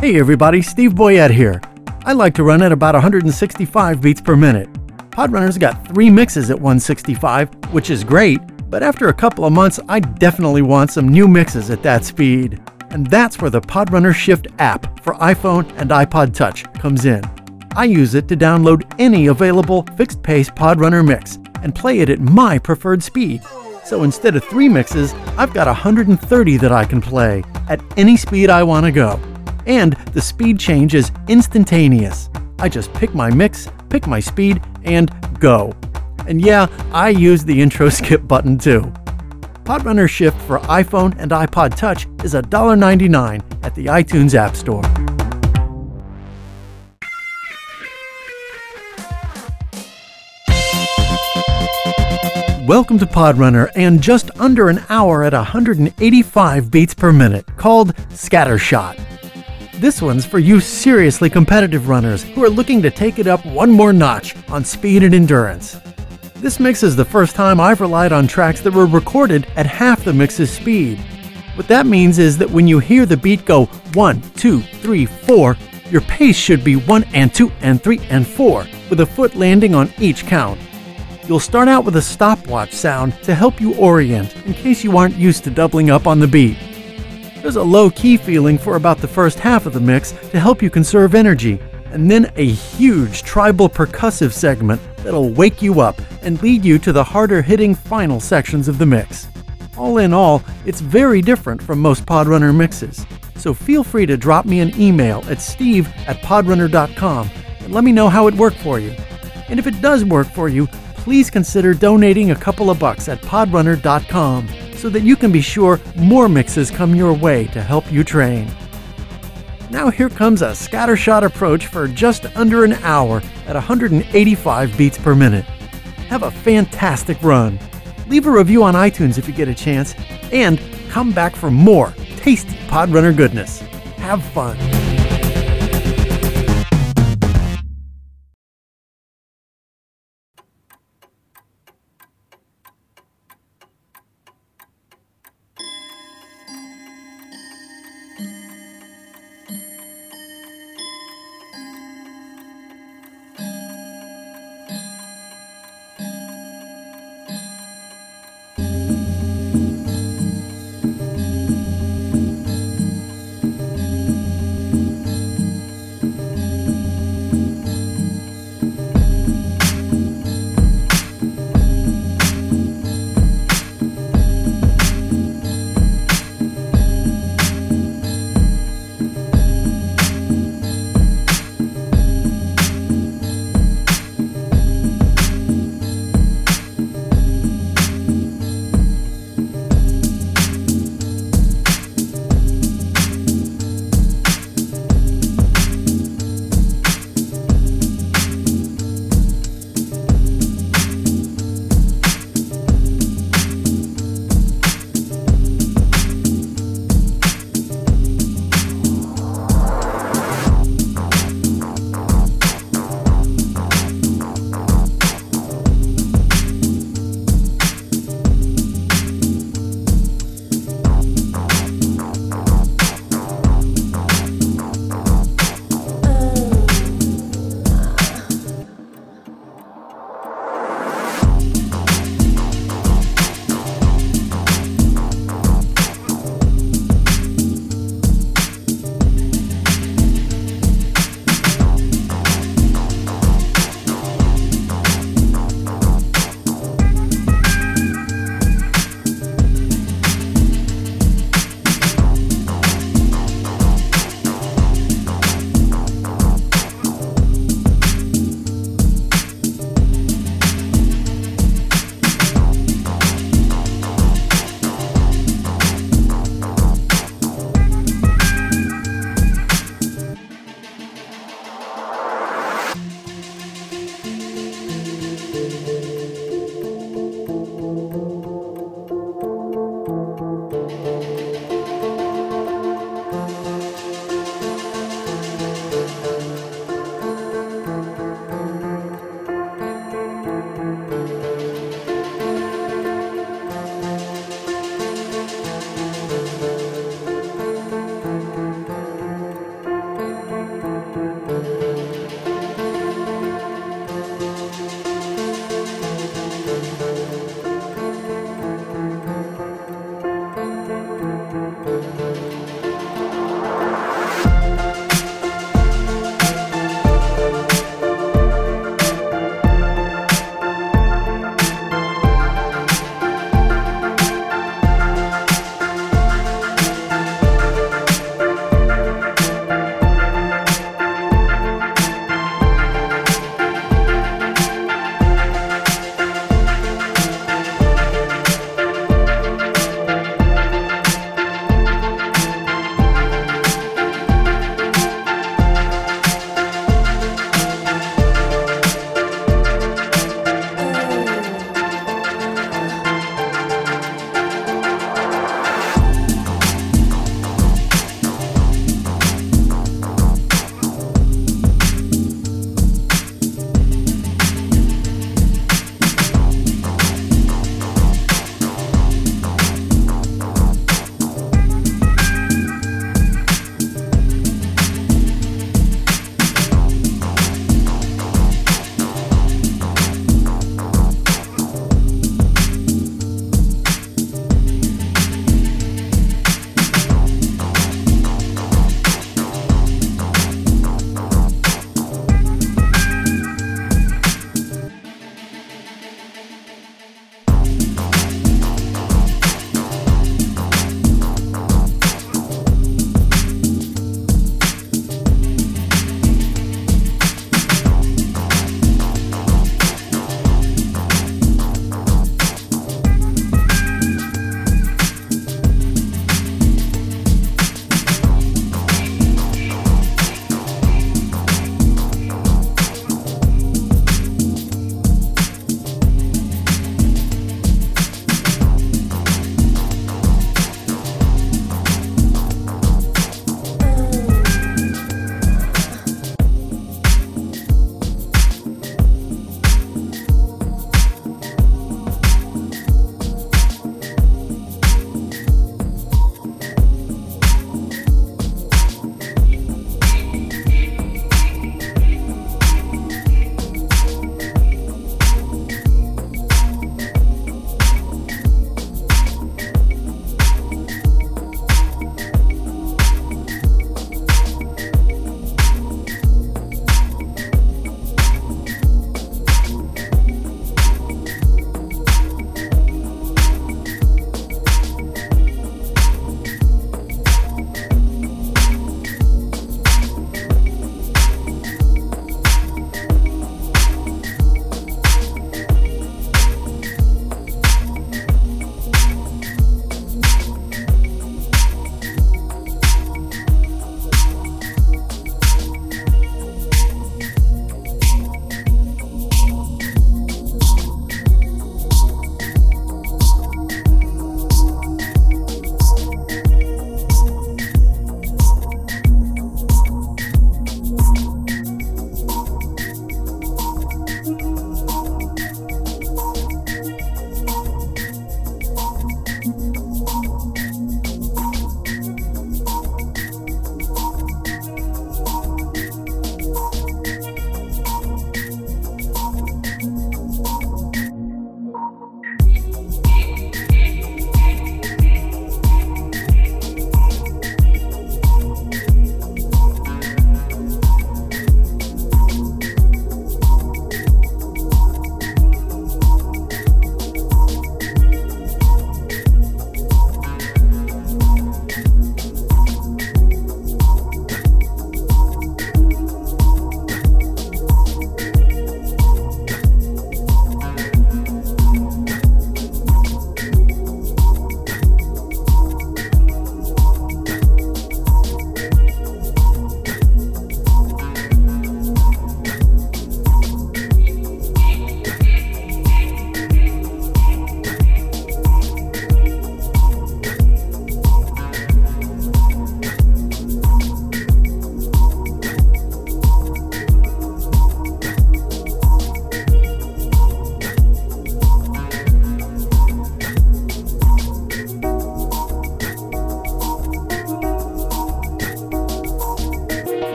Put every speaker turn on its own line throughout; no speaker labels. Hey everybody, Steve Boyette here. I like to run at about 165 beats per minute. Podrunner's got three mixes at 165, which is great, but after a couple of months, I definitely want some new mixes at that speed. And that's where the Podrunner Shift app for iPhone and iPod Touch comes in. I use it to download any available fixed pace Podrunner mix and play it at my preferred speed. So instead of three mixes, I've got 130 that I can play at any speed I want to go. And the speed change is instantaneous. I just pick my mix, pick my speed, and go. And yeah, I use the intro skip button too. Podrunner Shift for iPhone and iPod Touch is $1.99 at the iTunes App Store. Welcome to Podrunner and just under an hour at 185 beats per minute, called Scattershot. This one's for you seriously competitive runners who are looking to take it up one more notch on speed and endurance. This mix is the first time I've relied on tracks that were recorded at half the mix's speed. What that means is that when you hear the beat go 1, 2, 3, 4, your pace should be 1 and 2 and 3 and 4, with a foot landing on each count. You'll start out with a stopwatch sound to help you orient in case you aren't used to doubling up on the beat. There's a low key feeling for about the first half of the mix to help you conserve energy, and then a huge tribal percussive segment that'll wake you up and lead you to the harder hitting final sections of the mix. All in all, it's very different from most Podrunner mixes, so feel free to drop me an email at steve at podrunner.com and let me know how it worked for you. And if it does work for you, please consider donating a couple of bucks at podrunner.com so that you can be sure more mixes come your way to help you train. Now, here comes a scattershot approach for just under an hour at 185 beats per minute. Have a fantastic run. Leave a review on iTunes if you get a chance, and come back for more tasty Podrunner goodness. Have fun.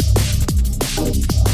Bye.